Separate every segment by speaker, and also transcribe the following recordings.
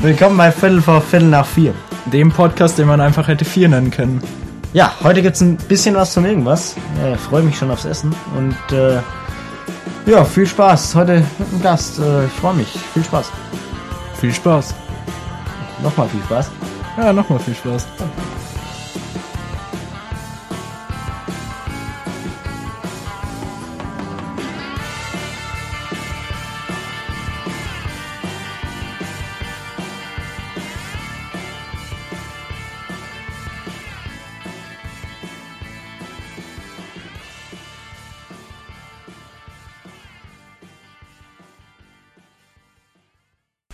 Speaker 1: Willkommen bei Viertel vor Viertel nach vier.
Speaker 2: Dem Podcast, den man einfach hätte vier nennen können.
Speaker 1: Ja, heute gibt's ein bisschen was zum Irgendwas. Äh, Freue mich schon aufs Essen und äh, ja, viel Spaß. Heute mit einem Gast. Äh, ich freue mich. Viel Spaß.
Speaker 2: Viel Spaß.
Speaker 1: Nochmal viel Spaß.
Speaker 2: Ja, nochmal viel Spaß.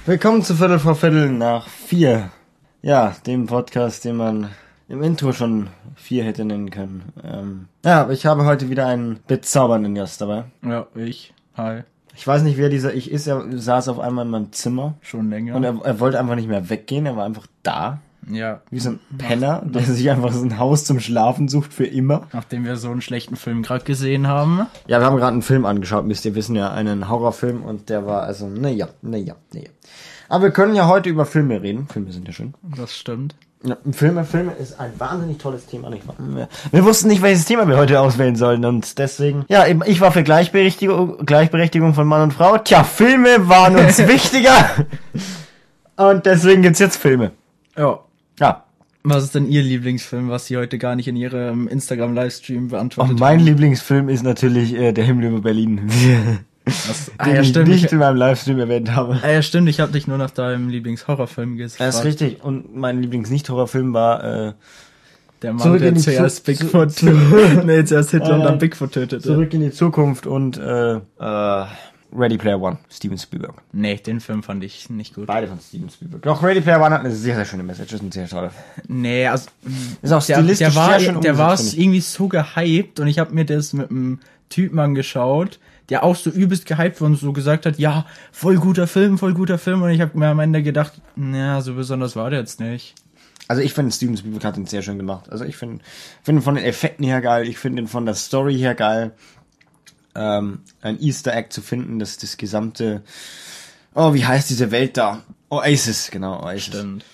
Speaker 1: Willkommen zu Viertel vor Viertel nach vier. Ja, dem Podcast, den man im Intro schon vier hätte nennen können. Ähm, ja, aber ich habe heute wieder einen bezaubernden Gast dabei.
Speaker 2: Ja, ich. Hi.
Speaker 1: Ich weiß nicht, wer dieser ich ist. Er saß auf einmal in meinem Zimmer
Speaker 2: Schon länger.
Speaker 1: und er, er wollte einfach nicht mehr weggehen. Er war einfach da.
Speaker 2: ja.
Speaker 1: Wie so ein Penner, der sich einfach so ein Haus zum Schlafen sucht für immer.
Speaker 2: Nachdem wir so einen schlechten Film gerade gesehen haben.
Speaker 1: Ja, wir haben gerade einen Film angeschaut, müsst ihr wissen, ja, einen Horrorfilm und der war also, naja, naja, naja. Aber wir können ja heute über Filme reden. Filme sind ja schön.
Speaker 2: Das stimmt.
Speaker 1: Ja, Filme, Filme ist ein wahnsinnig tolles Thema. nicht wahr? Wir- Wir wussten nicht, welches Thema wir heute auswählen sollen und deswegen, ja, eben, ich war für Gleichberechtigung, Gleichberechtigung von Mann und Frau. Tja, Filme waren uns wichtiger und deswegen gibt's jetzt Filme.
Speaker 2: Ja.
Speaker 1: Ja,
Speaker 2: Was ist denn Ihr Lieblingsfilm, was Sie heute gar nicht in Ihrem Instagram-Livestream beantwortet
Speaker 1: und mein Lieblingsfilm ist natürlich äh, Der Himmel über Berlin.
Speaker 2: Was- Ah,
Speaker 1: den
Speaker 2: ja,
Speaker 1: ich
Speaker 2: stimmt.
Speaker 1: nicht
Speaker 2: Ich,
Speaker 1: in meinem Livestream erwähnt habe.
Speaker 2: ah, ja, stimmt. Ich habe dich nur nach deinem Lieblingshorrorfilm gefragt.
Speaker 1: Das ist richtig. Und mein Lieblings-Nicht-Horrorfilm war, äh,
Speaker 2: Der Mann,
Speaker 1: Zurück
Speaker 2: der
Speaker 1: in die Zu-
Speaker 2: zuerst
Speaker 1: zu-
Speaker 2: Bigfoot
Speaker 1: zu- Äh,
Speaker 2: tötet. nee, zuerst Hitler
Speaker 1: Nein,
Speaker 2: und
Speaker 1: nein.
Speaker 2: dann Bigfoot tötete.
Speaker 1: Zurück in die Zukunft und, äh, äh, Ready Player One, Steven Spielberg.
Speaker 2: Nee, den Film fand ich nicht gut.
Speaker 1: Beide von Steven Spielberg. Doch, Ready Player One hat eine sehr, sehr schöne Message, ist ein sehr toll.
Speaker 2: Nee, also
Speaker 1: Ist auch
Speaker 2: der,
Speaker 1: stilistisch
Speaker 2: der war,
Speaker 1: sehr schön
Speaker 2: der war
Speaker 1: umgesetzt,
Speaker 2: s-
Speaker 1: finde
Speaker 2: irgendwie so gehypt und ich habe mir das mit einem Typen angeschaut, der auch so übelst gehypt war und so gesagt hat, ja, voll guter Film, voll guter Film und ich habe mir am Ende gedacht, naja, so besonders war der jetzt nicht.
Speaker 1: ich. Also ich finde, Steven Spielberg hat den sehr schön gemacht. Also ich finde finde ihn von den Effekten her geil, ich finde ihn von der Story her geil. Ähm, ein Easter Egg zu finden, dass das gesamte, oh, wie heißt diese Welt da? Oasis, genau, Oasis.
Speaker 2: Stimmt.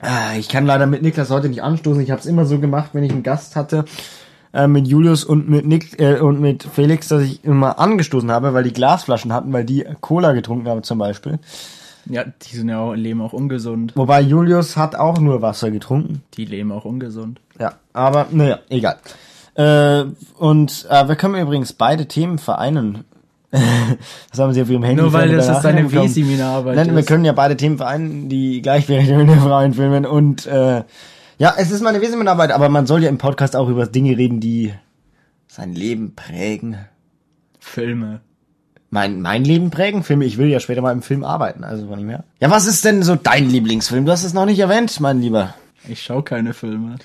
Speaker 1: Ah, Ich kann leider mit Niklas heute nicht anstoßen. Ich habe es immer so gemacht, wenn ich einen Gast hatte äh, mit Julius und mit Nick äh, und mit Felix, dass ich immer angestoßen habe, weil die Glasflaschen hatten, weil die Cola getrunken haben zum Beispiel.
Speaker 2: Ja, die sind ja auch, leben auch ungesund.
Speaker 1: Wobei Julius hat auch nur Wasser getrunken.
Speaker 2: Die leben auch ungesund.
Speaker 1: Ja, aber naja, egal. Äh, und äh, wir können übrigens beide Themen vereinen. das haben sie auf ihrem Handy.
Speaker 2: Nur weil
Speaker 1: vorhin
Speaker 2: das
Speaker 1: wieder
Speaker 2: jetzt deine
Speaker 1: nachgekommen.
Speaker 2: W-Seminararbeit
Speaker 1: Nein, wir
Speaker 2: ist.
Speaker 1: können ja beide Themen vereinen, die Gleichberechtigung der Frauen filmen und äh, ja, es ist meine Wesensarbeit, aber man soll ja im Podcast auch über Dinge reden, die sein Leben prägen.
Speaker 2: Filme.
Speaker 1: Mein, mein Leben prägen? Filme, ich will ja später mal im Film arbeiten, also nicht mehr. Ja, was ist denn so dein Lieblingsfilm? Du hast es noch nicht erwähnt, mein Lieber.
Speaker 2: Ich schau keine Filme.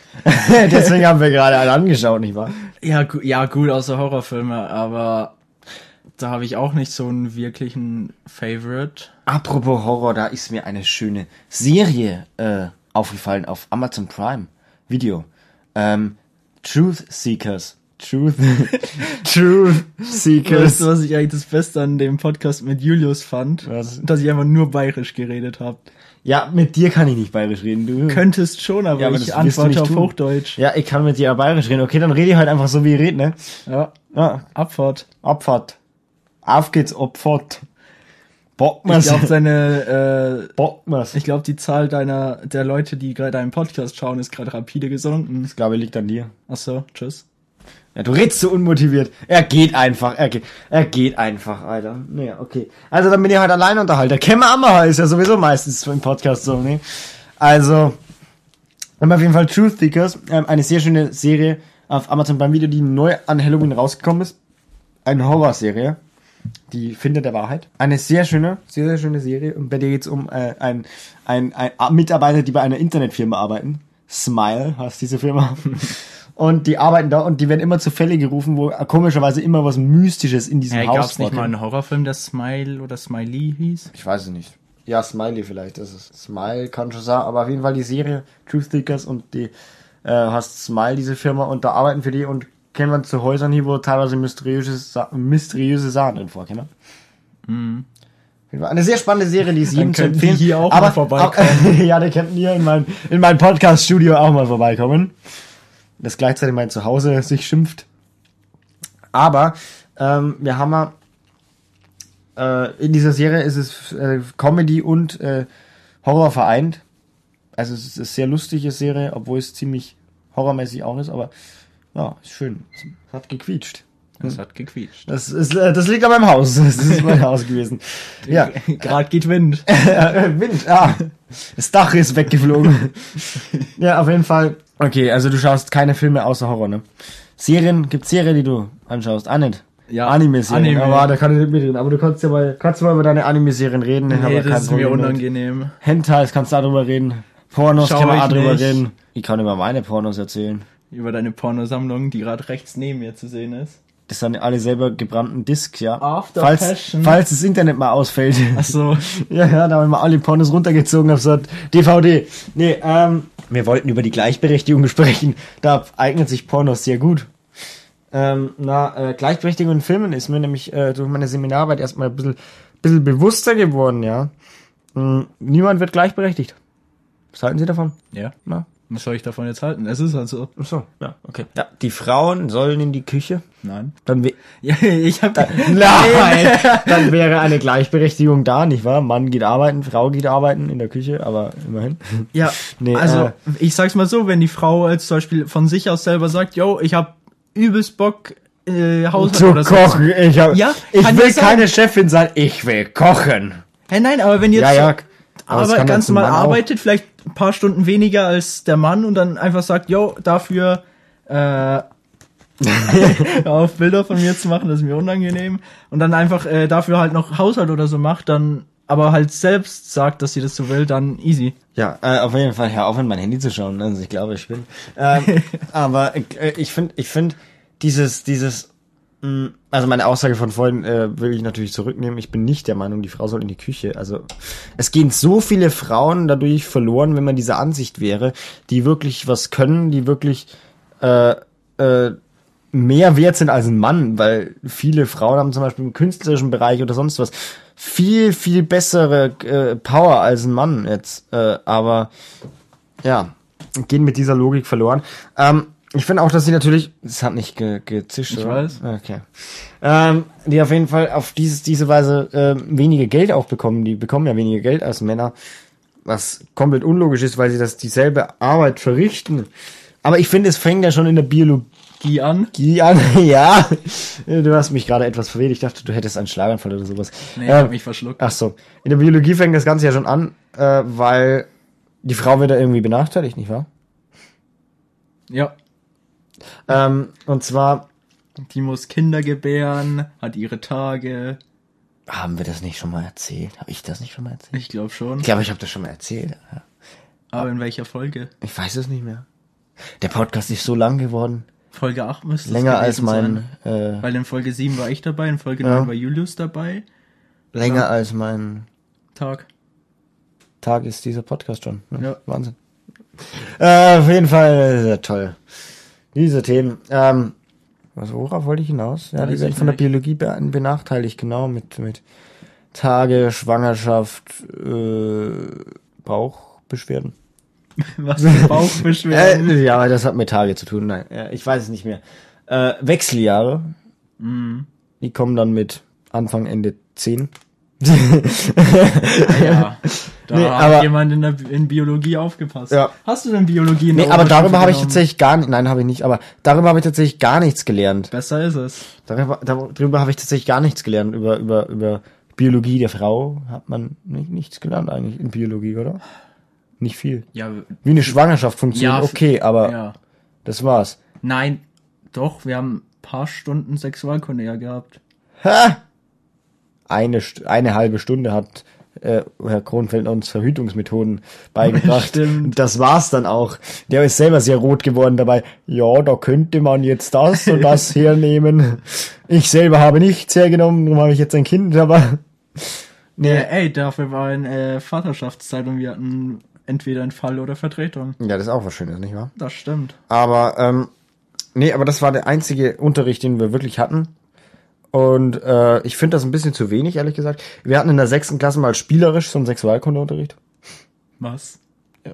Speaker 1: Deswegen haben wir gerade alle angeschaut, nicht wahr?
Speaker 2: Ja, gu ja gut, außer Horrorfilme, aber da habe ich auch nicht so einen wirklichen Favorite.
Speaker 1: Apropos Horror, da ist mir eine schöne Serie äh, aufgefallen auf Amazon Prime Video. Ähm, Truth Seekers. Truth. Truth
Speaker 2: Weißt du,
Speaker 1: Seekers.
Speaker 2: was ich eigentlich das Beste an dem Podcast mit Julius fand?
Speaker 1: Was?
Speaker 2: Dass ich einfach nur bayerisch geredet habe.
Speaker 1: Ja, mit dir kann ich nicht bayerisch reden, du.
Speaker 2: Könntest schon, aber,
Speaker 1: Ja, aber das
Speaker 2: ich
Speaker 1: wirst du nicht
Speaker 2: antworte auf
Speaker 1: tun.
Speaker 2: Hochdeutsch.
Speaker 1: ja, ich kann mit dir ja bayerisch reden. Okay, dann rede ich halt einfach so, wie ich rede, ne?
Speaker 2: Ja,
Speaker 1: Ja,
Speaker 2: Abfahrt.
Speaker 1: Abfahrt. Auf geht's, Abfahrt. Bockmas.
Speaker 2: Ich glaube, seine, äh,
Speaker 1: Bockmas.
Speaker 2: ich glaube, die Zahl deiner, der Leute, die gerade deinen Podcast schauen, ist gerade rapide gesunken.
Speaker 1: Ich glaube, liegt an dir.
Speaker 2: Ach so, tschüss.
Speaker 1: Ja, du redst so unmotiviert. Er geht einfach, er geht, er geht einfach, Alter. Naja, okay. Also dann bin ich halt allein unterhalter. Kämme Ammerha ist ja sowieso meistens im Podcast so, ne? Also, wir haben auf jeden Fall Truth Seekers, ähm, eine sehr schöne Serie auf Amazon Prime Video, die neu an Halloween rausgekommen ist. Eine Horrorserie. Die Finder der Wahrheit. Eine sehr schöne, sehr, sehr schöne Serie. Und bei der geht's um äh, ein, ein, ein A- Mitarbeiter, die bei einer Internetfirma arbeiten. Smile heißt diese Firma. Und die arbeiten da und die werden immer zu Fälle gerufen, wo komischerweise immer was Mystisches in diesem
Speaker 2: Hey,
Speaker 1: Haus
Speaker 2: gab's nicht
Speaker 1: vorkommt.
Speaker 2: mal einen Horrorfilm, der Smile oder Smiley hieß?
Speaker 1: Ich weiß es nicht. Ja, Smiley vielleicht ist es. Smile kann schon sein, aber auf jeden Fall die Serie Truth Seekers und die äh, hast Smile, diese Firma, und da arbeiten für die und kennt man zu Häusern hier, wo teilweise mysteriöse, Sa mysteriöse Sachen drin vorkommen. Mhm. Eine sehr spannende Serie, die ist jedem zu
Speaker 2: könnten die
Speaker 1: empfehlen.
Speaker 2: hier auch mal vorbeikommen.
Speaker 1: ja, der könnten hier in mein, in mein Podcast-Studio auch mal vorbeikommen. Das gleichzeitig mein Zuhause sich schimpft. Aber ähm, wir haben ja, äh, in dieser Serie ist es äh, Comedy und äh, Horror vereint. Also es ist eine sehr lustige Serie, obwohl es ziemlich horrormäßig auch ist, aber ja, ist schön. Es hat gequietscht.
Speaker 2: Das hat gequietscht.
Speaker 1: Das, ist, äh, das liegt an meinem Haus. Das ist mein Haus gewesen. Ja.
Speaker 2: Gerade geht Wind.
Speaker 1: Äh, Wind, ah. Das Dach ist weggeflogen. ja, auf jeden Fall. Okay, also du schaust keine Filme außer Horror, ne? Serien, gibt's Serien, die du anschaust? Ah, nicht.
Speaker 2: Ja,
Speaker 1: Anime-Serien.
Speaker 2: Anime.
Speaker 1: Aber da kann ich nicht mitreden. Aber du kannst ja mal, kannst du mal über deine Anime-Serien reden. Ich habe
Speaker 2: Nee,
Speaker 1: ja kein
Speaker 2: das ist mir
Speaker 1: Problem damit.
Speaker 2: unangenehm.
Speaker 1: Hentais, kannst du darüber reden. Pornos
Speaker 2: Schau
Speaker 1: kann man
Speaker 2: ich
Speaker 1: auch drüber
Speaker 2: nicht.
Speaker 1: reden. Ich kann über meine Pornos erzählen.
Speaker 2: Über deine Pornosammlung, die gerade rechts neben mir zu sehen ist.
Speaker 1: Das sind alle selber gebrannten Discs, ja.
Speaker 2: After
Speaker 1: falls,
Speaker 2: Passion.
Speaker 1: falls das Internet mal ausfällt.
Speaker 2: Achso,
Speaker 1: Ja, ja, da haben wir alle Pornos runtergezogen auf so ein DVD. Nee, ähm, wir wollten über die Gleichberechtigung sprechen. Da eignet sich Pornos sehr gut. Ähm, na, äh, Gleichberechtigung in Filmen ist mir nämlich äh, durch meine Seminararbeit erstmal ein bisschen, bisschen bewusster geworden, ja. Hm, niemand wird gleichberechtigt. Was halten Sie davon?
Speaker 2: ja.
Speaker 1: Na?
Speaker 2: Was soll ich davon jetzt halten? Es ist halt so.
Speaker 1: Ach so, ja, okay. Ja, die Frauen sollen in die Küche.
Speaker 2: Nein.
Speaker 1: Dann, we
Speaker 2: Ja, ich hab.
Speaker 1: Nein, dann wäre eine Gleichberechtigung da, nicht wahr? Mann geht arbeiten, Frau geht arbeiten in der Küche, aber immerhin.
Speaker 2: Ja,
Speaker 1: Nee,
Speaker 2: also
Speaker 1: äh,
Speaker 2: ich sag's mal so, wenn die Frau als zum Beispiel von sich aus selber sagt, yo, ich hab übelst Bock, äh, Haushalt
Speaker 1: Zu
Speaker 2: oder so.
Speaker 1: kochen. Ich, hab,
Speaker 2: Ja,
Speaker 1: ich
Speaker 2: kann
Speaker 1: will
Speaker 2: ja sein.
Speaker 1: keine Chefin sein, ich will kochen.
Speaker 2: Hey, nein, aber wenn jetzt
Speaker 1: Ja, ja. das
Speaker 2: aber
Speaker 1: kann
Speaker 2: ganz
Speaker 1: jetzt ein
Speaker 2: normal
Speaker 1: Mann auch.
Speaker 2: arbeitet, vielleicht ein paar Stunden weniger als der Mann und dann einfach sagt, yo, dafür äh, auf Bilder von mir zu machen, das ist mir unangenehm. Und dann einfach äh, dafür halt noch Haushalt oder so macht, dann aber halt selbst sagt, dass sie das so will, dann easy.
Speaker 1: Ja, äh, auf jeden Fall, hör auf, in mein Handy zu schauen. Also ich glaube, ich bin. Ähm, aber äh, ich finde, ich finde dieses, dieses, mh, also meine Aussage von vorhin äh, will ich natürlich zurücknehmen. Ich bin nicht der Meinung, die Frau soll in die Küche. Also es gehen so viele Frauen dadurch verloren, wenn man dieser Ansicht wäre, die wirklich was können, die wirklich äh, äh, mehr wert sind als ein Mann, weil viele Frauen haben zum Beispiel im künstlerischen Bereich oder sonst was viel, viel bessere äh, Power als ein Mann jetzt. Äh, aber ja, gehen mit dieser Logik verloren. Ähm, ich finde auch, dass sie natürlich, es hat nicht ge gezischt,
Speaker 2: Ich
Speaker 1: oder?
Speaker 2: weiß.
Speaker 1: Okay. Ähm, die auf jeden Fall auf dieses, diese Weise ähm, weniger Geld auch bekommen. Die bekommen ja weniger Geld als Männer was komplett unlogisch ist, weil sie das dieselbe Arbeit verrichten. Aber ich finde, es fängt ja schon in der Biologie
Speaker 2: Geh an.
Speaker 1: an. ja, du hast mich gerade etwas verwirrt. Ich dachte, du hättest einen Schlaganfall oder sowas.
Speaker 2: Nee, ich
Speaker 1: Ähm,
Speaker 2: hab mich verschluckt.
Speaker 1: Ach so. In der Biologie fängt das Ganze ja schon an, äh, weil die Frau wird da irgendwie benachteiligt, nicht wahr?
Speaker 2: Ja.
Speaker 1: Ähm, und zwar
Speaker 2: Die muss Kinder gebären, hat ihre Tage.
Speaker 1: haben wir das nicht schon mal erzählt? Habe ich das nicht schon mal erzählt?
Speaker 2: Ich glaube schon.
Speaker 1: Ich glaube, ich habe das schon mal erzählt.
Speaker 2: Aber in welcher Folge?
Speaker 1: Ich weiß es nicht mehr. Der Podcast ist so lang geworden,
Speaker 2: Folge 8 müsste es
Speaker 1: länger als
Speaker 2: gewesen
Speaker 1: mein
Speaker 2: sein.
Speaker 1: äh,
Speaker 2: Weil in Folge 7 war ich dabei, in Folge
Speaker 1: Ja.
Speaker 2: 9 war Julius dabei.
Speaker 1: länger als mein
Speaker 2: Tag.
Speaker 1: Tag ist dieser Podcast schon. Ne?
Speaker 2: Ja.
Speaker 1: Wahnsinn. Äh, auf jeden Fall sehr toll. Diese Themen. Ähm, was, worauf wollte ich hinaus? Ja, die
Speaker 2: Weiß
Speaker 1: werden
Speaker 2: ich
Speaker 1: von der
Speaker 2: nicht.
Speaker 1: Biologie be benachteiligt, genau, mit, mit Tage, Schwangerschaft, äh, Bauchbeschwerden.
Speaker 2: Was für Bauchbeschwerden.
Speaker 1: Äh, ja, aber das hat mit Tage zu tun, nein. Äh, ich weiß es nicht mehr. Äh, Wechseljahre.
Speaker 2: Mhm.
Speaker 1: Die kommen dann mit Anfang, Ende 10.
Speaker 2: ja. Da
Speaker 1: Äh, Nee,
Speaker 2: hat
Speaker 1: aber-
Speaker 2: jemand in, der, in Biologie aufgepasst.
Speaker 1: Ja.
Speaker 2: Hast du denn Biologie in
Speaker 1: Nee,
Speaker 2: der
Speaker 1: aber
Speaker 2: Oberstufe
Speaker 1: darüber habe ich
Speaker 2: genommen?
Speaker 1: tatsächlich gar nicht, nein, habe ich nicht, aber darüber habe ich tatsächlich gar nichts gelernt.
Speaker 2: Besser ist es.
Speaker 1: Darüber, darüber habe ich tatsächlich gar nichts gelernt. Über, über, über Biologie der Frau hat man nicht, nichts gelernt eigentlich in Biologie, oder? Nicht viel.
Speaker 2: Ja.
Speaker 1: Wie eine Schwangerschaft funktioniert,
Speaker 2: Ja, f-
Speaker 1: okay, aber
Speaker 2: ja.
Speaker 1: das war's.
Speaker 2: Nein. Doch, wir haben ein paar Stunden Sexualkunde ja gehabt.
Speaker 1: Eine, St- eine halbe Stunde hat äh, Herr Kronfeld uns Verhütungsmethoden beigebracht.
Speaker 2: Stimmt.
Speaker 1: Das war's dann auch. Der ist selber sehr rot geworden dabei. Ja, da könnte man jetzt das und das hernehmen. Ich selber habe nichts hergenommen, darum habe ich jetzt ein Kind, aber
Speaker 2: Nee. Äh, ey, dafür war in äh, Vaterschaftszeit und wir hatten entweder einen Fall oder Vertretung.
Speaker 1: ja, das ist auch was Schönes, nicht wahr?
Speaker 2: Das stimmt.
Speaker 1: Aber ähm, nee, aber das war der einzige Unterricht, den wir wirklich hatten. Und äh, ich finde das ein bisschen zu wenig, ehrlich gesagt. Wir hatten in der sechsten Klasse mal spielerisch so einen Sexualkundeunterricht.
Speaker 2: Was?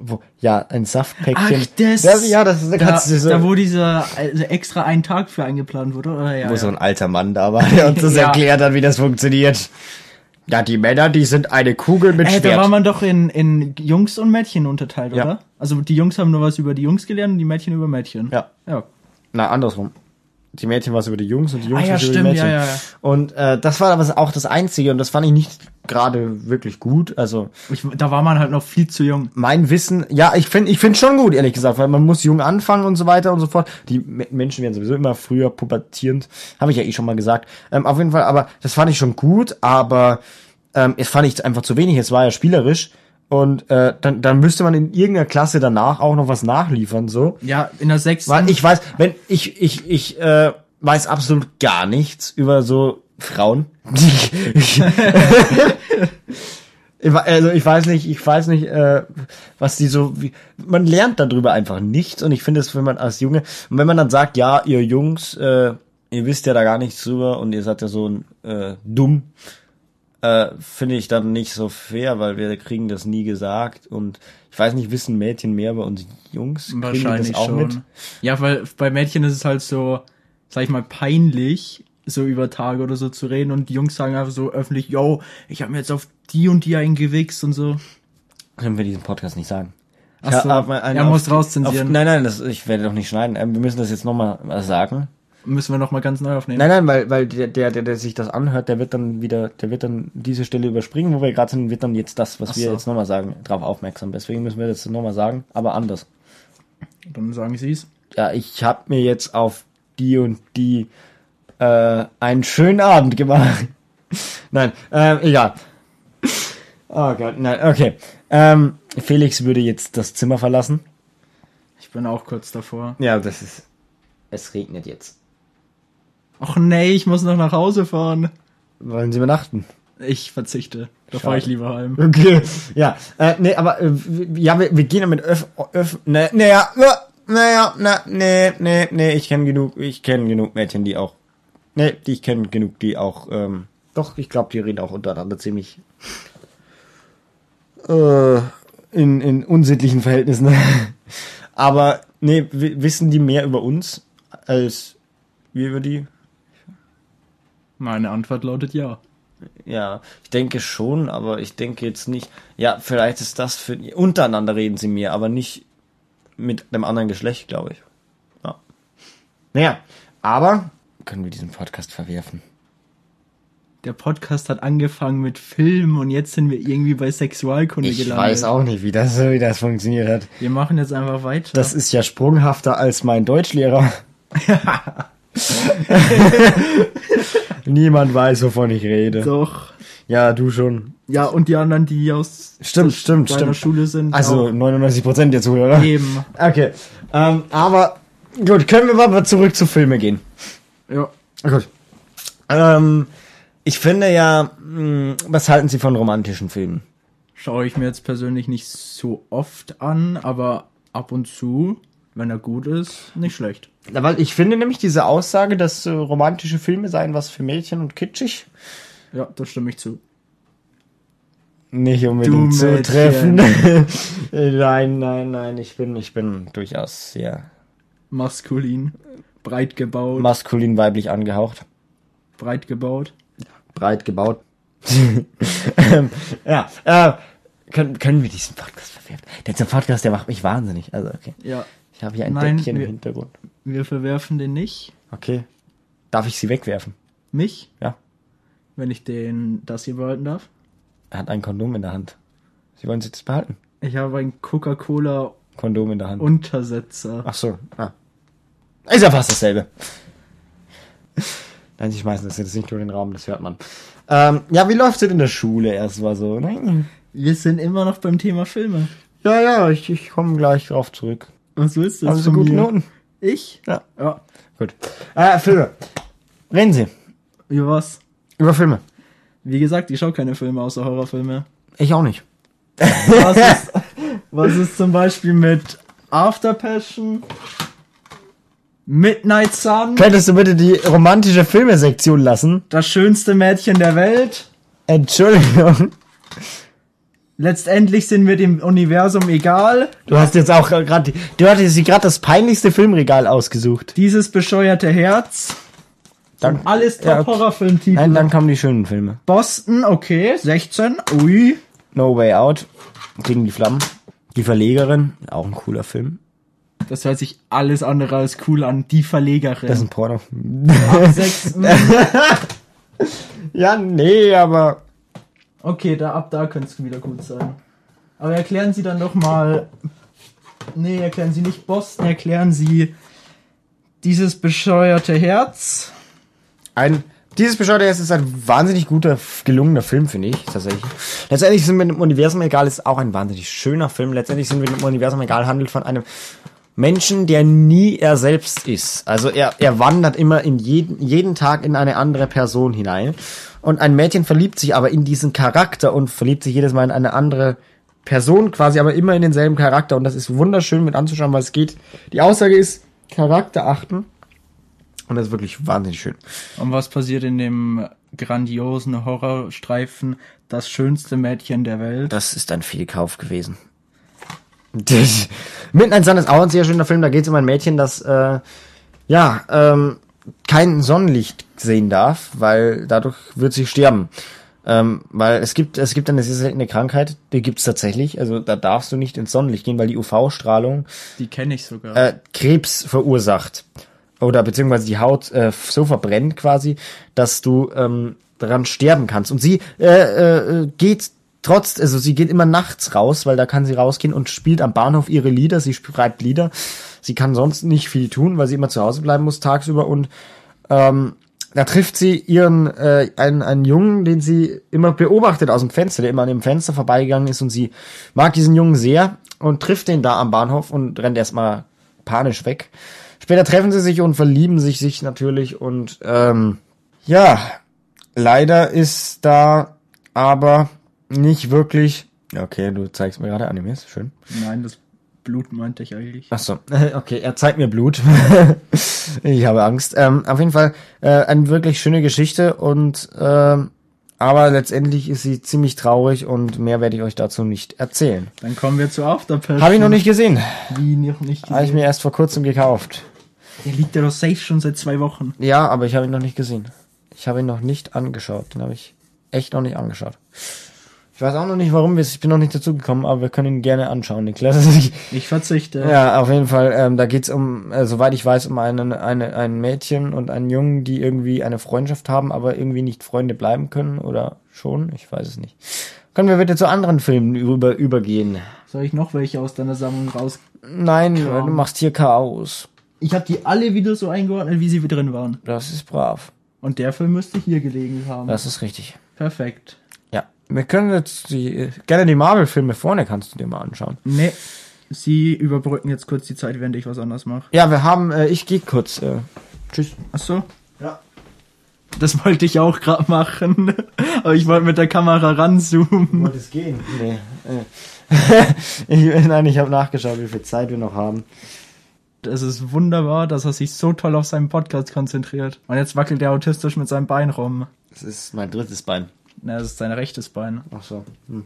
Speaker 1: Wo, ja, ein Saftpäckchen.
Speaker 2: Ach, das-
Speaker 1: ja, ja, das ist da
Speaker 2: Da,
Speaker 1: kannst du so,
Speaker 2: da wo dieser also extra ein Tag für eingeplant wurde, oder? Ja,
Speaker 1: wo so
Speaker 2: ja.
Speaker 1: ein alter Mann da war, der uns das
Speaker 2: Ja.
Speaker 1: erklärt hat, wie das funktioniert. Ja, die Männer, die sind eine Kugel mit
Speaker 2: Ey,
Speaker 1: Schwert.
Speaker 2: Äh, da war man doch in, in Jungs und Mädchen unterteilt,
Speaker 1: Ja.
Speaker 2: oder? Also die Jungs haben nur was über die Jungs gelernt und die Mädchen über Mädchen.
Speaker 1: Ja.
Speaker 2: ja.
Speaker 1: Na, andersrum. Die Mädchen war es über die Jungs und die Jungs
Speaker 2: Ah, ja,
Speaker 1: was über
Speaker 2: stimmt,
Speaker 1: die Mädchen.
Speaker 2: ja, ja, ja.
Speaker 1: Und äh, das war aber auch das Einzige und das fand ich nicht gerade wirklich gut. Also
Speaker 2: Ich, da war man halt noch viel zu jung.
Speaker 1: mein Wissen, ja, ich finde ich find's schon gut, ehrlich gesagt, weil man muss jung anfangen und so weiter und so fort. Die M Menschen werden sowieso immer früher pubertierend, habe ich ja eh schon mal gesagt. Ähm, auf jeden Fall, aber das fand ich schon gut, aber ähm, es fand ich einfach zu wenig, es war ja spielerisch. Und äh, dann, dann müsste man in irgendeiner Klasse danach auch noch was nachliefern, so.
Speaker 2: Ja, in der sechsten.
Speaker 1: Weil ich weiß, wenn ich ich ich äh, weiß absolut gar nichts über so Frauen. ich, ich, we- also ich weiß nicht, ich weiß nicht, äh, was die so. Wie, man lernt darüber einfach nichts und ich finde es, wenn man als Junge und wenn man dann sagt, ja, ihr Jungs, äh, ihr wisst ja da gar nichts drüber und ihr seid ja so ein äh, dumm. Äh, finde ich dann nicht so fair, weil wir kriegen das nie gesagt und ich weiß nicht, wissen Mädchen mehr über uns Jungs? Kriegen die das
Speaker 2: Wahrscheinlich schon. Ja, weil bei Mädchen ist es halt so, sag ich mal, peinlich, so über Tage oder so zu reden und die Jungs sagen einfach so öffentlich, yo, ich habe mir jetzt auf die und die eingewichst und so.
Speaker 1: Können wir diesen Podcast nicht sagen.
Speaker 2: Ach so. Er muss rauszensieren.
Speaker 1: Auf, nein, nein, das, ich werde doch nicht schneiden. Ähm, Wir müssen das jetzt nochmal sagen.
Speaker 2: Müssen wir nochmal ganz neu aufnehmen.
Speaker 1: Nein, nein, weil, weil der, der, der, der sich das anhört, der wird dann wieder, der wird dann diese Stelle überspringen, wo wir gerade sind, wird dann jetzt das, was
Speaker 2: Ach
Speaker 1: wir
Speaker 2: so.
Speaker 1: jetzt nochmal sagen, drauf aufmerksam. Deswegen müssen wir das nochmal sagen, aber anders.
Speaker 2: Dann sagen sie es.
Speaker 1: Ja, ich habe mir jetzt auf die und die äh, einen schönen Abend gemacht. nein, ähm, egal. Oh Gott, nein, okay. Ähm, Felix würde jetzt das Zimmer verlassen.
Speaker 2: Ich bin auch kurz davor.
Speaker 1: Ja, das ist. Es regnet jetzt.
Speaker 2: Ach nee, ich muss noch nach Hause fahren.
Speaker 1: Wollen Sie übernachten?
Speaker 2: Ich verzichte. Da
Speaker 1: Schade.
Speaker 2: fahre ich lieber heim.
Speaker 1: Okay. Ja, äh, nee, aber äh, w- ja, wir, wir gehen damit öff, öff, ne, naja, naja, na, nee, nee, nee, ne, ich kenne genug, ich kenne genug Mädchen, die auch, nee, die ich kenne genug, die auch, ähm, doch, ich glaube, die reden auch untereinander ziemlich äh, in, in unsittlichen Verhältnissen. aber nee, w- wissen die mehr über uns als wir über die?
Speaker 2: Meine Antwort lautet ja.
Speaker 1: Ja, ich denke schon, aber ich denke jetzt nicht. Ja, vielleicht ist das für. Untereinander reden sie mir, aber nicht mit einem anderen Geschlecht, glaube ich. Ja. Naja, aber können wir diesen Podcast verwerfen?
Speaker 2: Der Podcast hat angefangen mit Film und jetzt sind wir irgendwie bei Sexualkunde
Speaker 1: Ich
Speaker 2: gelandet.
Speaker 1: weiß auch nicht, wie das, wie das funktioniert hat.
Speaker 2: Wir machen jetzt einfach weiter.
Speaker 1: Das ist ja sprunghafter als mein Deutschlehrer. Niemand weiß, wovon ich rede.
Speaker 2: doch.
Speaker 1: Ja, du schon.
Speaker 2: Ja, und die anderen, die aus
Speaker 1: Stimmt, stimmt,
Speaker 2: deiner
Speaker 1: stimmt.
Speaker 2: Schule sind.
Speaker 1: Also
Speaker 2: auch
Speaker 1: 99% der Zuhörer.
Speaker 2: eben.
Speaker 1: Okay, ähm, aber gut, können wir mal zurück zu Filme gehen.
Speaker 2: Ja.
Speaker 1: Gut. Ähm, ich finde ja, mh, was halten Sie von romantischen Filmen?
Speaker 2: Schaue ich mir jetzt persönlich nicht so oft an, aber ab und zu, wenn er gut ist, nicht schlecht.
Speaker 1: Na, Weil ich finde nämlich diese Aussage, dass äh, romantische Filme seien was für Mädchen und kitschig,
Speaker 2: Ja, da stimme ich zu.
Speaker 1: nicht
Speaker 2: Du
Speaker 1: unbedingt
Speaker 2: Mädchen.
Speaker 1: zutreffen. nein, nein, nein, ich bin, ich bin durchaus sehr
Speaker 2: Maskulin, breit gebaut,
Speaker 1: maskulin weiblich angehaucht,
Speaker 2: breit gebaut.
Speaker 1: breit gebaut. ähm, ja, äh, können, können wir diesen Podcast verwerfen? Der Podcast, der macht mich wahnsinnig. Also, okay.
Speaker 2: Ja,
Speaker 1: Ich habe hier ein
Speaker 2: Nein,
Speaker 1: Deckchen
Speaker 2: wir-
Speaker 1: im Hintergrund.
Speaker 2: wir verwerfen den nicht.
Speaker 1: Okay. Darf ich sie wegwerfen?
Speaker 2: Mich,
Speaker 1: Ja.
Speaker 2: wenn ich den das hier behalten darf.
Speaker 1: Er hat ein Kondom in der Hand. Sie wollen sie das behalten?
Speaker 2: Ich habe einen Coca-Cola
Speaker 1: Kondom in der Hand.
Speaker 2: Untersetzer.
Speaker 1: Ach so. Ah. Ist ja fast dasselbe. Nein, sie schmeißen das jetzt nicht nur in den Raum, das hört man. Ähm, ja, wie läuft's denn in der Schule erstmal so? Ne?
Speaker 2: Wir sind immer noch beim Thema Filme.
Speaker 1: Ja, ja, ich, ich komme gleich drauf zurück. Also
Speaker 2: Was willst du
Speaker 1: Haben
Speaker 2: jetzt
Speaker 1: Sie
Speaker 2: von
Speaker 1: gute
Speaker 2: mir?
Speaker 1: Noten?
Speaker 2: Ich?
Speaker 1: Ja.
Speaker 2: Ja.
Speaker 1: Gut. Äh, Filme. Reden Sie.
Speaker 2: Wie war's?
Speaker 1: Über Filme.
Speaker 2: Wie gesagt, ich schaue keine Filme außer Horrorfilme.
Speaker 1: Ich auch nicht.
Speaker 2: Was ist, was ist zum Beispiel mit After Passion? Midnight Sun,
Speaker 1: Könntest du bitte die romantische Filmesektion lassen?
Speaker 2: das schönste Mädchen der Welt.
Speaker 1: Entschuldigung.
Speaker 2: Letztendlich sind wir dem Universum egal.
Speaker 1: Du hast jetzt auch gerade, du hattest dir gerade das peinlichste Filmregal ausgesucht.
Speaker 2: Dieses bescheuerte Herz.
Speaker 1: Dann,
Speaker 2: Alles
Speaker 1: Ja,
Speaker 2: top Horrorfilmtitel.
Speaker 1: nein, dann kamen die schönen Filme.
Speaker 2: Boston, okay, 16. Ui.
Speaker 1: No Way Out, Gegen die Flammen, Die Verlegerin, auch ein cooler Film.
Speaker 2: Das hört sich alles andere als cool an. Die
Speaker 1: Das ist
Speaker 2: Verlegerin.
Speaker 1: ein Porno.
Speaker 2: Am 6.
Speaker 1: Ja, nee, aber
Speaker 2: Okay, da ab da könnte es wieder gut sein. Aber erklären Sie dann doch mal. Nee, erklären Sie nicht Boston, erklären Sie dieses bescheuerte Herz.
Speaker 1: Ein, dieses bescheuerte Herz ist ein wahnsinnig guter, f- gelungener Film, finde ich, tatsächlich. Letztendlich sind wir im Universum egal, ist auch ein wahnsinnig schöner Film. Letztendlich sind wir im Universum egal, handelt von einem Menschen, der nie er selbst ist. Also er, er wandert immer in jeden, jeden Tag in eine andere Person hinein. Und ein Mädchen verliebt sich aber in diesen Charakter und verliebt sich jedes Mal in eine andere Person, quasi aber immer in denselben Charakter. Und das ist wunderschön mit anzuschauen, weil es geht. Die Aussage ist, Charakter achten. Und das ist wirklich wahnsinnig schön.
Speaker 2: Und was passiert in dem grandiosen Horrorstreifen Das schönste Mädchen der Welt?
Speaker 1: Das ist ein Fehlkauf gewesen. Das- Midnight Sun ist auch ein sehr schöner Film. Da geht es um ein Mädchen, das äh, ja ähm, kein Sonnenlicht sehen darf, weil dadurch wird sie sterben. Ähm, weil es gibt es gibt eine sehr seltene Krankheit, die gibt's tatsächlich. Also da darfst du nicht ins Sonnenlicht gehen, weil die UV-Strahlung
Speaker 2: Die kenne ich sogar.
Speaker 1: äh, Krebs verursacht. Oder beziehungsweise die Haut äh, so verbrennt quasi, dass du ähm, daran sterben kannst. Und sie äh, äh, äh, geht trotz, also sie geht immer nachts raus, weil da kann sie rausgehen und spielt am Bahnhof ihre Lieder. Sie schreibt Lieder. Sie kann sonst nicht viel tun, weil sie immer zu Hause bleiben muss tagsüber. Und ähm, da trifft sie ihren äh, einen, einen Jungen, den sie immer beobachtet aus dem Fenster, der immer an dem Fenster vorbeigegangen ist und sie mag diesen Jungen sehr und trifft den da am Bahnhof und rennt erstmal panisch weg. Später treffen sie sich und verlieben sich sich natürlich und ähm, ja, leider ist da aber nicht wirklich. Okay, du zeigst mir gerade Animes, schön.
Speaker 2: Nein, das Blut meinte ich eigentlich.
Speaker 1: Ach so, okay, er zeigt mir Blut. ich habe Angst. Ähm, auf jeden Fall äh, eine wirklich schöne Geschichte und ähm, aber letztendlich ist sie ziemlich traurig und mehr werde ich euch dazu nicht erzählen.
Speaker 2: Dann kommen wir zu Afterpassion.
Speaker 1: Habe ich noch nicht Ah. gesehen.
Speaker 2: Wie noch nicht
Speaker 1: Habe ich
Speaker 2: gesehen.
Speaker 1: mir erst vor kurzem gekauft.
Speaker 2: Der liegt ja doch safe schon seit zwei Wochen.
Speaker 1: Ja, aber ich habe ihn noch nicht gesehen. Ich habe ihn noch nicht angeschaut. Den habe ich echt noch nicht angeschaut. Ich weiß auch noch nicht, warum wir es. Ich bin noch nicht dazu gekommen, aber wir können ihn gerne anschauen, Niklas.
Speaker 2: Ich verzichte.
Speaker 1: Ja, auf jeden Fall. Ähm, da geht's um, äh, soweit ich weiß, um einen, eine, ein Mädchen und einen Jungen, die irgendwie eine Freundschaft haben, aber irgendwie nicht Freunde bleiben können oder schon. Ich weiß es nicht. Können wir bitte zu anderen Filmen über, übergehen?
Speaker 2: Soll ich noch welche aus deiner Sammlung raus?
Speaker 1: Nein, du machst hier Chaos.
Speaker 2: Ich habe die alle wieder so eingeordnet, wie sie wieder drin waren.
Speaker 1: Das ist brav.
Speaker 2: Und der Film müsste hier gelegen haben.
Speaker 1: Das ist richtig.
Speaker 2: Perfekt.
Speaker 1: Ja. Wir können jetzt die, äh, gerne die Marvel-Filme vorne kannst du dir mal anschauen.
Speaker 2: Nee. Sie überbrücken jetzt kurz die Zeit, während ich was anderes mache.
Speaker 1: Ja, wir haben, äh, ich gehe kurz. Äh, tschüss.
Speaker 2: Achso.
Speaker 1: Ja.
Speaker 2: Das wollte ich auch gerade machen. Aber ich wollte mit der Kamera ranzoomen.
Speaker 1: Wollte es gehen? Nee. Äh. ich, nein, ich habe nachgeschaut, wie viel Zeit wir noch haben.
Speaker 2: Es ist wunderbar, dass er sich so toll auf seinen Podcast konzentriert. Und jetzt wackelt er autistisch mit seinem Bein rum.
Speaker 1: Das ist mein drittes Bein.
Speaker 2: Na, das ist sein rechtes Bein.
Speaker 1: Ach so. Hm.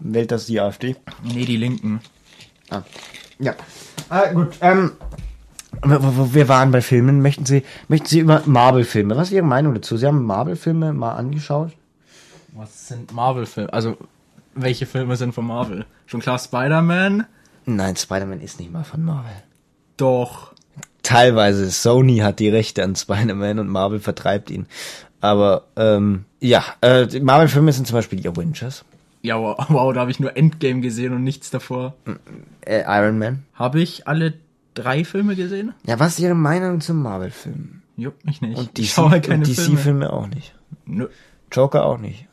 Speaker 1: Wählt das die AfD?
Speaker 2: Nee, die linken.
Speaker 1: Ah. Ja. Äh, gut. Ähm, wir, wir- wir waren bei Filmen. Möchten Sie, möchten Sie über Marvel-Filme? Was ist Ihre Meinung dazu? Sie haben Marvel-Filme mal angeschaut?
Speaker 2: Was sind Marvel-Filme? Also, welche Filme sind von Marvel? Schon klar Spider-Man?
Speaker 1: Nein, Spider-Man ist nicht mal von Marvel.
Speaker 2: Doch.
Speaker 1: Teilweise. Sony hat die Rechte an Spider-Man und Marvel vertreibt ihn. Aber, ähm, ja. Äh, die Marvel-Filme sind zum Beispiel die Avengers,
Speaker 2: Ja, wow, wow, da habe ich nur Endgame gesehen und nichts davor.
Speaker 1: äh, Iron Man.
Speaker 2: Habe ich alle drei Filme gesehen?
Speaker 1: Ja, was ist Ihre Meinung zum Marvel-Film?
Speaker 2: Juckt mich nicht.
Speaker 1: Und
Speaker 2: ich schaue halt
Speaker 1: DC
Speaker 2: keine
Speaker 1: und
Speaker 2: Filme.
Speaker 1: DC-Filme auch nicht.
Speaker 2: Nö.
Speaker 1: Joker auch nicht.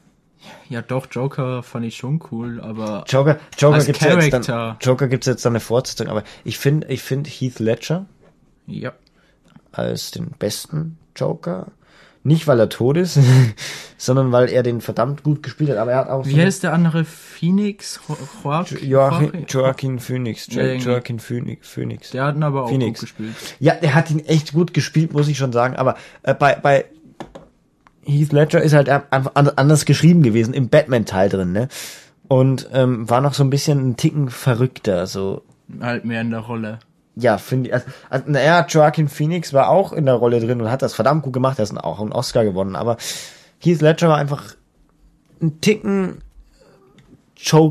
Speaker 2: Ja, doch, Joker fand ich schon cool, aber
Speaker 1: Joker, Joker
Speaker 2: Als
Speaker 1: gibt's ja jetzt dann,
Speaker 2: Charakter.
Speaker 1: Joker gibt's jetzt dann eine Fortsetzung, aber ich finde, ich finde Heath Ledger
Speaker 2: ja.
Speaker 1: als den besten Joker. Nicht, weil er tot ist, sondern weil er den verdammt gut gespielt hat. Aber er hat auch
Speaker 2: Wie heißt der andere? Phoenix? Jo- Joaquin?
Speaker 1: Joachim, Joaquin Phoenix. Jo
Speaker 2: Ja, irgendwie.
Speaker 1: Joaquin Phoeni- Phoenix.
Speaker 2: Der hat ihn aber auch
Speaker 1: Phoenix.
Speaker 2: gut gespielt.
Speaker 1: Ja, der hat ihn echt gut gespielt, muss ich schon sagen. Aber äh, bei, bei Heath Ledger ist halt einfach an- anders geschrieben gewesen, im Batman-Teil drin, ne? Und ähm, war noch so ein bisschen einen Ticken verrückter, so.
Speaker 2: Halt mehr in der Rolle.
Speaker 1: Ja, finde ich. Also, also, naja, Joaquin Phoenix war auch in der Rolle drin und hat das verdammt gut gemacht. Er ist auch einen Oscar gewonnen. Aber Heath Ledger war einfach einen Ticken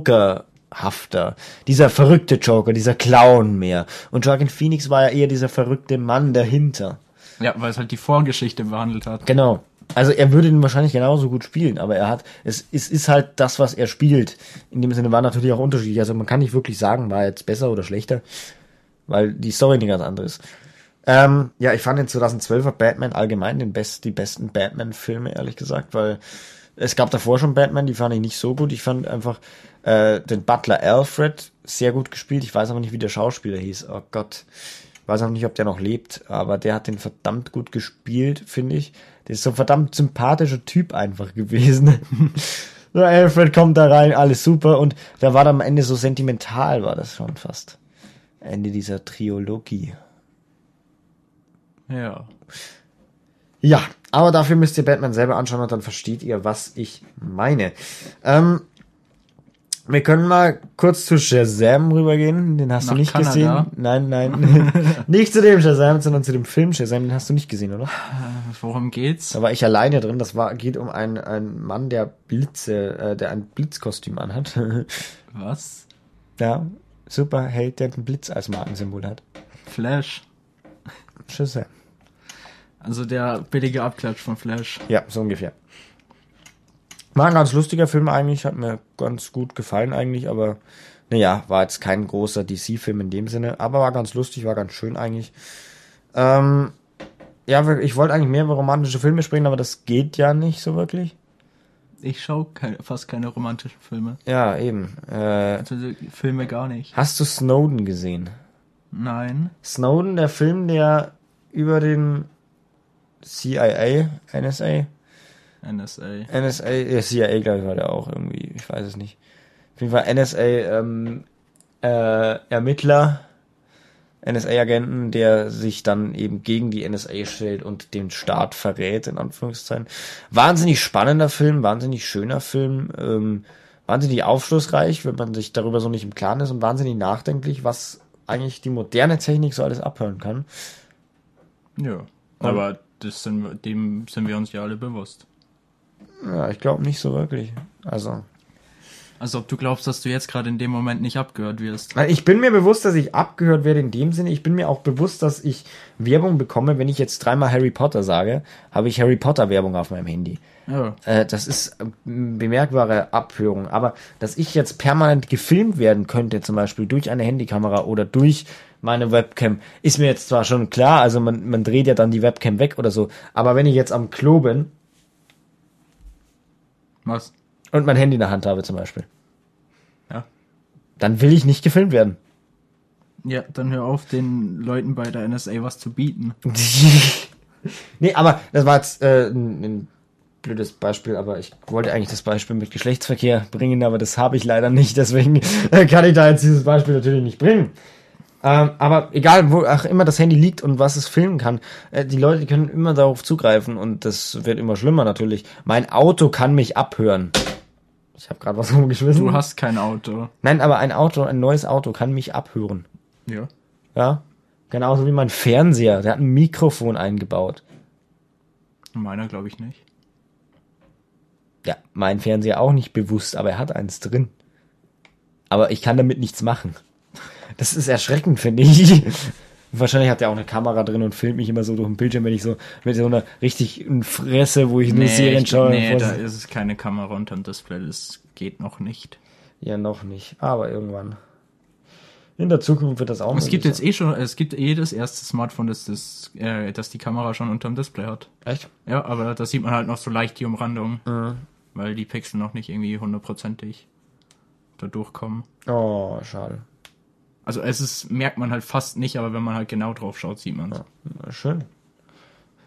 Speaker 1: Jokerhafter. Dieser verrückte Joker, dieser Clown mehr. Und Joaquin Phoenix war ja eher dieser verrückte Mann dahinter.
Speaker 2: Ja, weil es halt die Vorgeschichte behandelt hat.
Speaker 1: Genau. Also er würde den wahrscheinlich genauso gut spielen, aber er hat, es, es ist halt das, was er spielt. In dem Sinne war natürlich auch unterschiedlich. Also man kann nicht wirklich sagen, war er jetzt besser oder schlechter, weil die Story eine ganz andere ist. Ähm, ja, ich fand den 2012er Batman allgemein den best, die besten Batman-Filme, ehrlich gesagt, weil es gab davor schon Batman, die fand ich nicht so gut. Ich fand einfach äh, den Butler Alfred sehr gut gespielt. Ich weiß aber nicht, wie der Schauspieler hieß. Oh Gott. Ich weiß auch nicht, ob der noch lebt, aber der hat den verdammt gut gespielt, finde ich. Der ist so ein verdammt sympathischer Typ einfach gewesen. so, Alfred kommt da rein, alles super. Und da war dann am Ende so sentimental, war das schon fast. Ende dieser Triologie.
Speaker 2: Ja.
Speaker 1: Ja, aber dafür müsst ihr Batman selber anschauen und dann versteht ihr, was ich meine. Ähm, wir können mal kurz zu Shazam rübergehen. Den hast
Speaker 2: Nach
Speaker 1: du nicht
Speaker 2: Kanada.
Speaker 1: gesehen. Nein, nein. nicht zu dem Shazam, sondern zu dem Film Shazam. Den hast du nicht gesehen, oder?
Speaker 2: Worum geht's?
Speaker 1: Da war ich alleine drin. Das war, geht um einen, einen Mann, der Blitze, äh, der ein Blitzkostüm anhat.
Speaker 2: Was?
Speaker 1: ja, Superheld, der einen Blitz als Markensymbol hat.
Speaker 2: Flash.
Speaker 1: Shazam.
Speaker 2: Also der billige Abklatsch von Flash.
Speaker 1: Ja, so ungefähr. War ein ganz lustiger Film eigentlich, hat mir ganz gut gefallen eigentlich, aber naja, war jetzt kein großer DC-Film in dem Sinne, aber war ganz lustig, war ganz schön eigentlich. Ähm, ja, wir- ich wollte eigentlich mehr über romantische Filme sprechen, aber das geht ja nicht so wirklich.
Speaker 2: Ich schaue kein, fast keine romantischen Filme.
Speaker 1: Ja, eben. Äh,
Speaker 2: Also Filme gar nicht.
Speaker 1: hast du Snowden gesehen?
Speaker 2: Nein.
Speaker 1: Snowden, der Film, der über den CIA, NSA,
Speaker 2: NSA.
Speaker 1: NSA, ja, CIA, glaube ich, war der auch irgendwie, ich weiß es nicht. Auf jeden Fall NSA, ähm, äh, Ermittler, NSA-Agenten, der sich dann eben gegen die NSA stellt und den Staat verrät, in Anführungszeichen. Wahnsinnig spannender Film, wahnsinnig schöner Film, ähm, wahnsinnig aufschlussreich, wenn man sich darüber so nicht im Klaren ist und wahnsinnig nachdenklich, was eigentlich die moderne Technik so alles abhören kann.
Speaker 2: Ja. Aber das sind, wir- dem sind wir uns ja alle bewusst.
Speaker 1: Ja, ich glaube nicht so wirklich. Also,
Speaker 2: Also ob du glaubst, dass du jetzt gerade in dem Moment nicht abgehört wirst.
Speaker 1: Nein, Ich bin mir bewusst, dass ich abgehört werde in dem Sinne. Ich bin mir auch bewusst, dass ich Werbung bekomme. Wenn ich jetzt dreimal Harry Potter sage, habe ich Harry Potter Werbung auf meinem Handy.
Speaker 2: Ja.
Speaker 1: Äh, das ist ähm, bemerkbare Abhörung. Aber dass ich jetzt permanent gefilmt werden könnte, zum Beispiel durch eine Handykamera oder durch meine Webcam, ist mir jetzt zwar schon klar, also man, man dreht ja dann die Webcam weg oder so. Aber wenn ich jetzt am Klo bin
Speaker 2: Was?
Speaker 1: und mein Handy in der Hand habe zum Beispiel,
Speaker 2: Ja.
Speaker 1: dann will ich nicht gefilmt werden.
Speaker 2: Ja, dann hör auf, den Leuten bei der NSA was zu bieten.
Speaker 1: nee, aber das war jetzt äh, ein, ein blödes Beispiel, aber ich wollte eigentlich das Beispiel mit Geschlechtsverkehr bringen, aber das habe ich leider nicht, deswegen äh, kann ich da jetzt dieses Beispiel natürlich nicht bringen. Ähm, aber egal, wo auch immer das Handy liegt und was es filmen kann, äh, die Leute können immer darauf zugreifen und das wird immer schlimmer natürlich. Mein Auto kann mich abhören. Ich habe gerade was rumgeschmissen.
Speaker 2: Du hast kein Auto.
Speaker 1: Nein, aber ein Auto, ein neues Auto kann mich abhören.
Speaker 2: Ja.
Speaker 1: Ja? Genauso wie mein Fernseher, der hat ein Mikrofon eingebaut.
Speaker 2: Meiner glaube ich nicht.
Speaker 1: Ja, mein Fernseher auch nicht bewusst, aber er hat eins drin. Aber ich kann damit nichts machen. Das ist erschreckend, finde ich. Wahrscheinlich hat er auch eine Kamera drin und filmt mich immer so durch den Bildschirm, wenn ich so mit so einer richtig Fresse, wo ich nur Serien
Speaker 2: ich-
Speaker 1: schaue.
Speaker 2: nee
Speaker 1: bevor
Speaker 2: da
Speaker 1: sie-
Speaker 2: ist es keine Kamera unterm Display. Das geht noch nicht.
Speaker 1: ja, noch nicht. Aber irgendwann. In der Zukunft wird das auch
Speaker 2: Es gibt
Speaker 1: möglich
Speaker 2: jetzt eh schon, es gibt eh das erste Smartphone, das, das, äh, das die Kamera schon unterm Display hat.
Speaker 1: sein. Echt? Mhm.
Speaker 2: Ja, aber da sieht man halt noch so leicht die Umrandung. Weil die Pixel noch nicht irgendwie hundertprozentig da durchkommen.
Speaker 1: Oh, schade.
Speaker 2: Also es ist, merkt man halt fast nicht, aber wenn man halt genau drauf schaut, sieht man es.
Speaker 1: Na, Schön.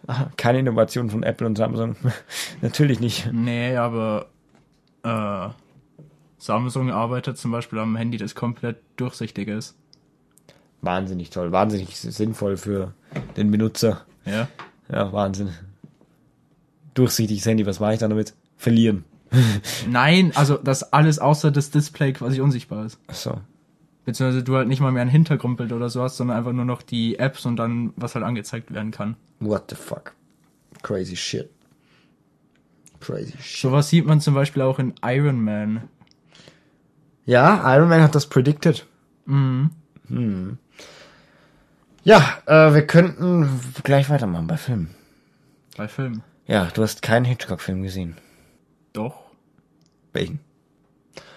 Speaker 1: Ah, Keine Innovation von Apple und Samsung. Natürlich nicht.
Speaker 2: Nee, aber äh, Samsung arbeitet zum Beispiel am Handy, das komplett durchsichtig ist.
Speaker 1: Wahnsinnig toll, wahnsinnig sinnvoll für den Benutzer.
Speaker 2: Ja.
Speaker 1: Ja, Wahnsinn. Durchsichtiges Handy, was mache ich da damit? Verlieren.
Speaker 2: Nein, also dass alles außer das Display quasi unsichtbar ist.
Speaker 1: Ach So.
Speaker 2: Beziehungsweise du halt nicht mal mehr ein Hintergrundbild oder so hast, sondern einfach nur noch die Apps und dann, was halt angezeigt werden kann.
Speaker 1: What the fuck? Crazy shit. Crazy shit.
Speaker 2: Sowas sieht man zum Beispiel auch in Iron Man.
Speaker 1: Ja, Iron Man hat das predicted. Mhm. Hm. Ja, äh, wir könnten gleich weitermachen bei Filmen.
Speaker 2: Bei Filmen.
Speaker 1: Ja, du hast keinen Hitchcock-Film gesehen.
Speaker 2: Doch.
Speaker 1: Welchen?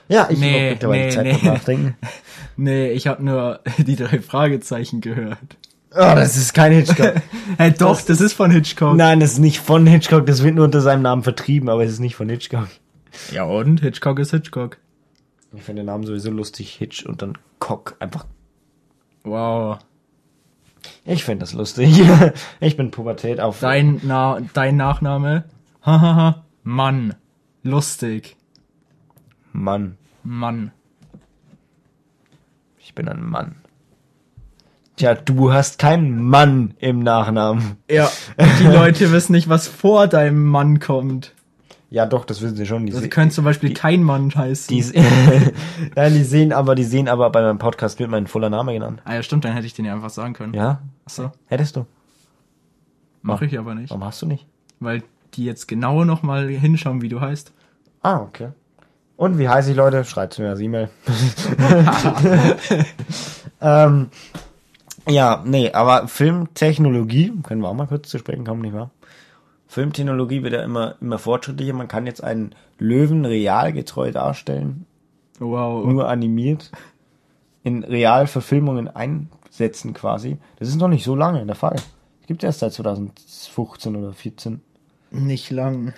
Speaker 1: Ja, ich
Speaker 2: Nee,
Speaker 1: nee, mittlerweile
Speaker 2: nee,
Speaker 1: Zeit
Speaker 2: nee.
Speaker 1: nee. nachdenken.
Speaker 2: Nee, ich habe nur die drei Fragezeichen gehört.
Speaker 1: Oh, das ist kein Hitchcock.
Speaker 2: Hey, doch, das, ist von Hitchcock.
Speaker 1: Nein, das ist nicht von Hitchcock, das wird nur unter seinem Namen vertrieben, aber es ist nicht von Hitchcock.
Speaker 2: Ja, und Hitchcock ist Hitchcock.
Speaker 1: Ich finde den Namen sowieso lustig, Hitch und dann Cock. Einfach.
Speaker 2: Wow.
Speaker 1: Ich finde das lustig. ich bin Pubertät auf.
Speaker 2: Dein, Na dein Nachname? Hahaha. Mann. Lustig.
Speaker 1: Mann.
Speaker 2: Mann.
Speaker 1: Ich bin ein Mann. Tja, du hast keinen Mann im Nachnamen.
Speaker 2: Ja. Die Leute wissen nicht, was vor deinem Mann kommt.
Speaker 1: Ja, doch, das wissen sie schon. Die,
Speaker 2: Also
Speaker 1: se
Speaker 2: können zum Beispiel kein Mann heißen.
Speaker 1: die, se- Nein, die sehen aber, die sehen aber bei meinem Podcast wird mein voller Name genannt.
Speaker 2: Ah ja, stimmt, dann hätte ich den ja einfach sagen können.
Speaker 1: Ja?
Speaker 2: Achso,
Speaker 1: Hättest du.
Speaker 2: mache ich aber nicht.
Speaker 1: Warum hast du nicht?
Speaker 2: Weil die jetzt genau nochmal hinschauen, wie du heißt.
Speaker 1: Ah, okay. Und wie heiße ich, Leute? Schreibt mir als E-Mail. ähm, ja, nee, aber Filmtechnologie, können wir auch mal kurz zu sprechen kommen, nicht wahr? Filmtechnologie wird ja immer, immer fortschrittlicher. Man kann jetzt einen Löwen realgetreu darstellen,
Speaker 2: Wow.
Speaker 1: nur animiert, in Realverfilmungen einsetzen quasi. Das ist noch nicht so lange der Fall. Es gibt erst seit 2015 oder 14.
Speaker 2: Nicht lang.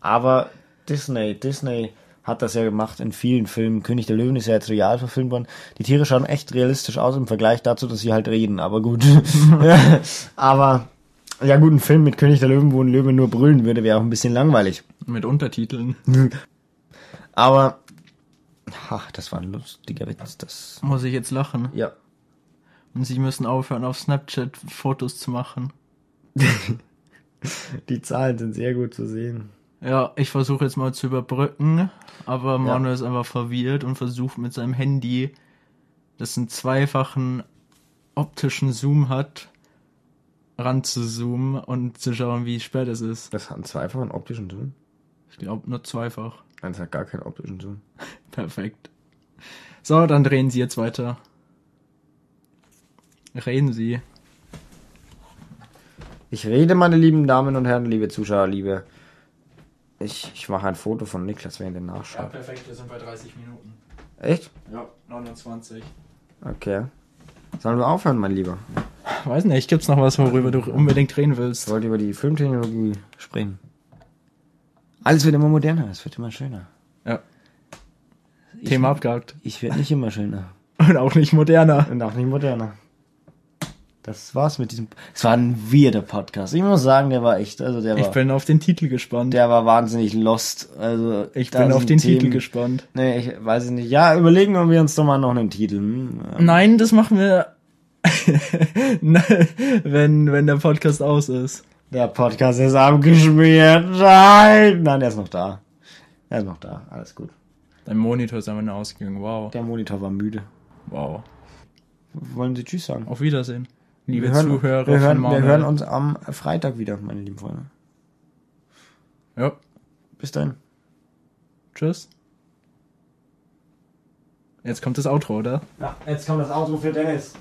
Speaker 1: Aber Disney, Disney hat das ja gemacht in vielen Filmen. König der Löwen ist ja jetzt real verfilmt worden. Die Tiere schauen echt realistisch aus im Vergleich dazu, dass sie halt reden. Aber gut. Ja, aber ja gut, ein Film mit König der Löwen, wo ein Löwe nur brüllen würde, wäre auch ein bisschen langweilig.
Speaker 2: Mit Untertiteln.
Speaker 1: Aber ha, das war ein lustiger Witz. Das
Speaker 2: Muss ich jetzt lachen.
Speaker 1: ja.
Speaker 2: Und sie müssen aufhören, auf Snapchat Fotos zu machen.
Speaker 1: Die Zahlen sind sehr gut zu sehen.
Speaker 2: Ja, ich versuche jetzt mal zu überbrücken, aber Manuel ist einfach verwirrt und versucht mit seinem Handy, das einen zweifachen optischen Zoom hat, ranzuzoomen und zu schauen, wie spät es ist.
Speaker 1: Das hat einen zweifachen optischen Zoom.
Speaker 2: Ich glaube, nur zweifach.
Speaker 1: Nein, das hat gar keinen optischen Zoom.
Speaker 2: Perfekt. So, dann drehen Sie jetzt weiter. Reden Sie.
Speaker 1: Ich rede, meine lieben Damen und Herren, liebe Zuschauer, liebe. Ich, ich mache ein Foto von Niklas während der Nachschau.
Speaker 2: perfekt, wir sind bei 30 Minuten.
Speaker 1: Echt?
Speaker 2: Ja, 29.
Speaker 1: Okay. Sollen wir aufhören, mein Lieber?
Speaker 2: Weiß nicht, gibt's noch was, worüber du unbedingt reden willst?
Speaker 1: Ich wollte über die Filmtechnologie sprechen. Alles wird immer moderner, es wird immer schöner.
Speaker 2: Ja. Thema abgehakt.
Speaker 1: Ich werde nicht immer schöner.
Speaker 2: Und auch nicht moderner.
Speaker 1: Und auch nicht moderner. Das war's mit diesem. Es war ein weirder Podcast. Ich muss sagen, der war echt. Also der
Speaker 2: Ich
Speaker 1: war.
Speaker 2: bin auf den Titel gespannt.
Speaker 1: Der war wahnsinnig lost. Also
Speaker 2: ich
Speaker 1: da
Speaker 2: bin auf
Speaker 1: sind
Speaker 2: den Titel
Speaker 1: Themen-
Speaker 2: gespannt.
Speaker 1: Nee, ich weiß es nicht. Ja, überlegen wir uns doch mal noch einen Titel. Hm? Ja.
Speaker 2: Nein, das machen wir, Nein, wenn, wenn der Podcast aus ist.
Speaker 1: Der Podcast ist abgeschmiert. Nein! Nein, er ist noch da. Er ist noch da. Alles gut.
Speaker 2: Dein Monitor ist einfach nur ausgegangen. Wow.
Speaker 1: Der Monitor war müde.
Speaker 2: Wow.
Speaker 1: Wollen Sie Tschüss sagen?
Speaker 2: Auf Wiedersehen. Liebe
Speaker 1: Wir hören,
Speaker 2: Zuhörer
Speaker 1: wir hören,
Speaker 2: von
Speaker 1: wir
Speaker 2: Manuel.
Speaker 1: hören uns am Freitag wieder, meine lieben Freunde.
Speaker 2: Ja.
Speaker 1: Bis dahin.
Speaker 2: Tschüss. Jetzt kommt das Outro, oder?
Speaker 1: Ja, jetzt kommt das Auto für Dennis.